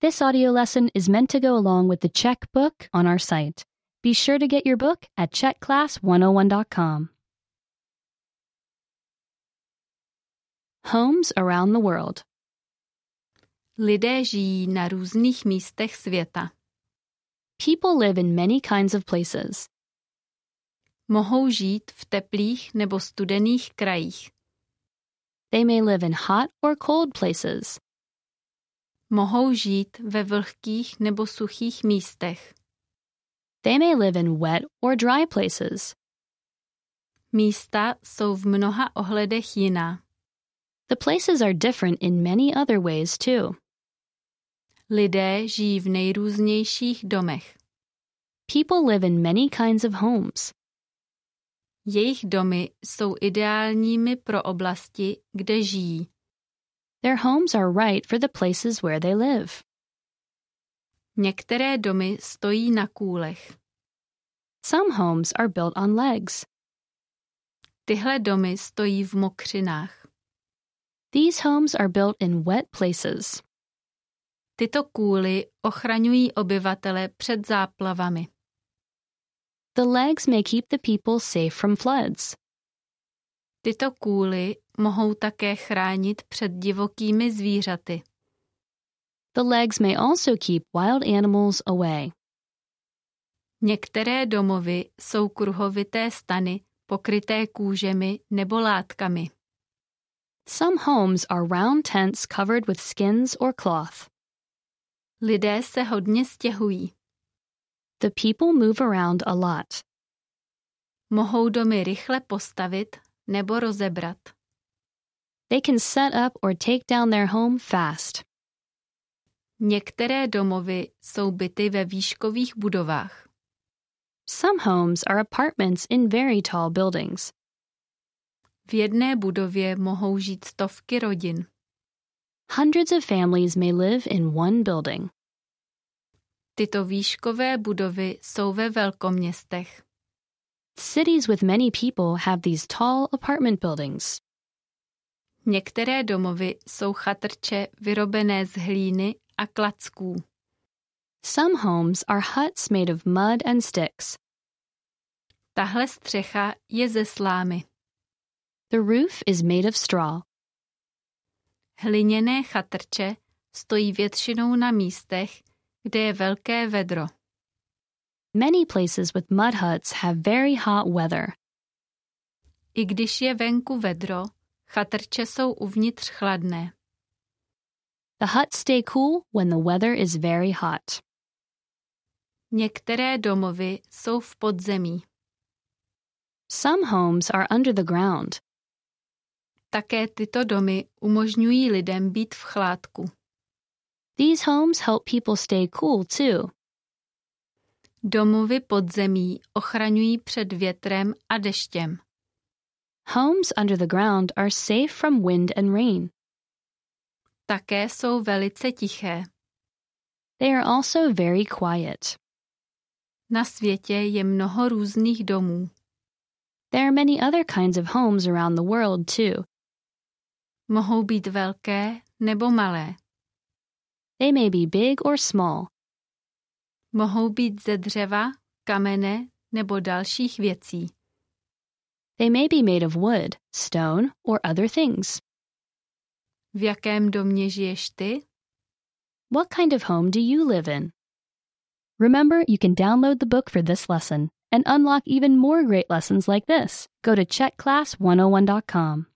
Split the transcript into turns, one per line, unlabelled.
This audio lesson is meant to go along with the Czech book on our site. Be sure to get your book at czechclass101.com. Homes around the world.
Lidé žijí na různých místech světa.
People live in many kinds of places.
Mohou žít v teplých nebo studených krajích.
They may live in hot or cold places.
Mohou žít ve vlhkých nebo suchých místech.
They may live in wet or dry places.
Místa jsou v mnoha ohledech jiná.
The places are different in many other ways, too.
Lidé žijí v nejrůznějších domech.
People live in many kinds of homes.
Jejich domy jsou ideálními pro oblasti, kde žijí.
Their homes are right for the places where they live.
Některé domy stojí na kůlech.
Some homes are built on legs.
Tyhle domy stojí v mokřinách.
These homes are built in wet places.
Tyto kůly ochraňují obyvatele před záplavami.
The legs may keep the people safe from floods.
Tyto kůly mohou také chránit před divokými zvířaty.
The legs may also keep wild animals away.
Některé domovy jsou kruhovité stany pokryté kůžemi nebo látkami.
Some homes are round tents covered with skins or cloth.
Lidé se hodně stěhují.
The people move around a lot.
Mohou domy rychle postavit nebo rozebrat.
They can set up or take down their home fast.
Některé domovy jsou byty ve výškových budovách.
Some homes are apartments in very tall buildings.
V jedné budově mohou žít stovky rodin.
Hundreds of families may live in one building.
Tyto výškové budovy jsou ve velkoměstech.
Cities with many people have these tall apartment buildings.
Některé domovy jsou chatrče vyrobené z hlíny a klacků.
Some homes are huts made of mud and sticks.
Tahle střecha je ze slámy.
The roof is made of straw.
Hliněné chatrče stojí většinou na místech, kde je velké vedro.
Many places with mud huts have very hot weather.
I když je venku vedro, chatrče jsou uvnitř chladné.
The huts stay cool when the weather is very hot.
Některé domovy jsou v podzemí.
Some homes are under the ground.
Také tyto domy umožňují lidem být v chládku.
These homes help people stay cool too.
Domovy podzemí ochraňují před větrem a deštěm.
Homes under the ground are safe from wind and rain.
Také jsou velice tiché.
They are also very quiet.
Na světě je mnoho různých domů.
There are many other kinds of homes around the world too.
Mohou být velké nebo malé.
They may be big or small.
Mohou být ze dřeva, kamene nebo dalších věcí.
They may be made of wood, stone, or other things.
V jakém domě žiješ ty?
What kind of home do you live in? Remember, you can download the book for this oh lesson and unlock even more great lessons like this. Go to checkclass101.com.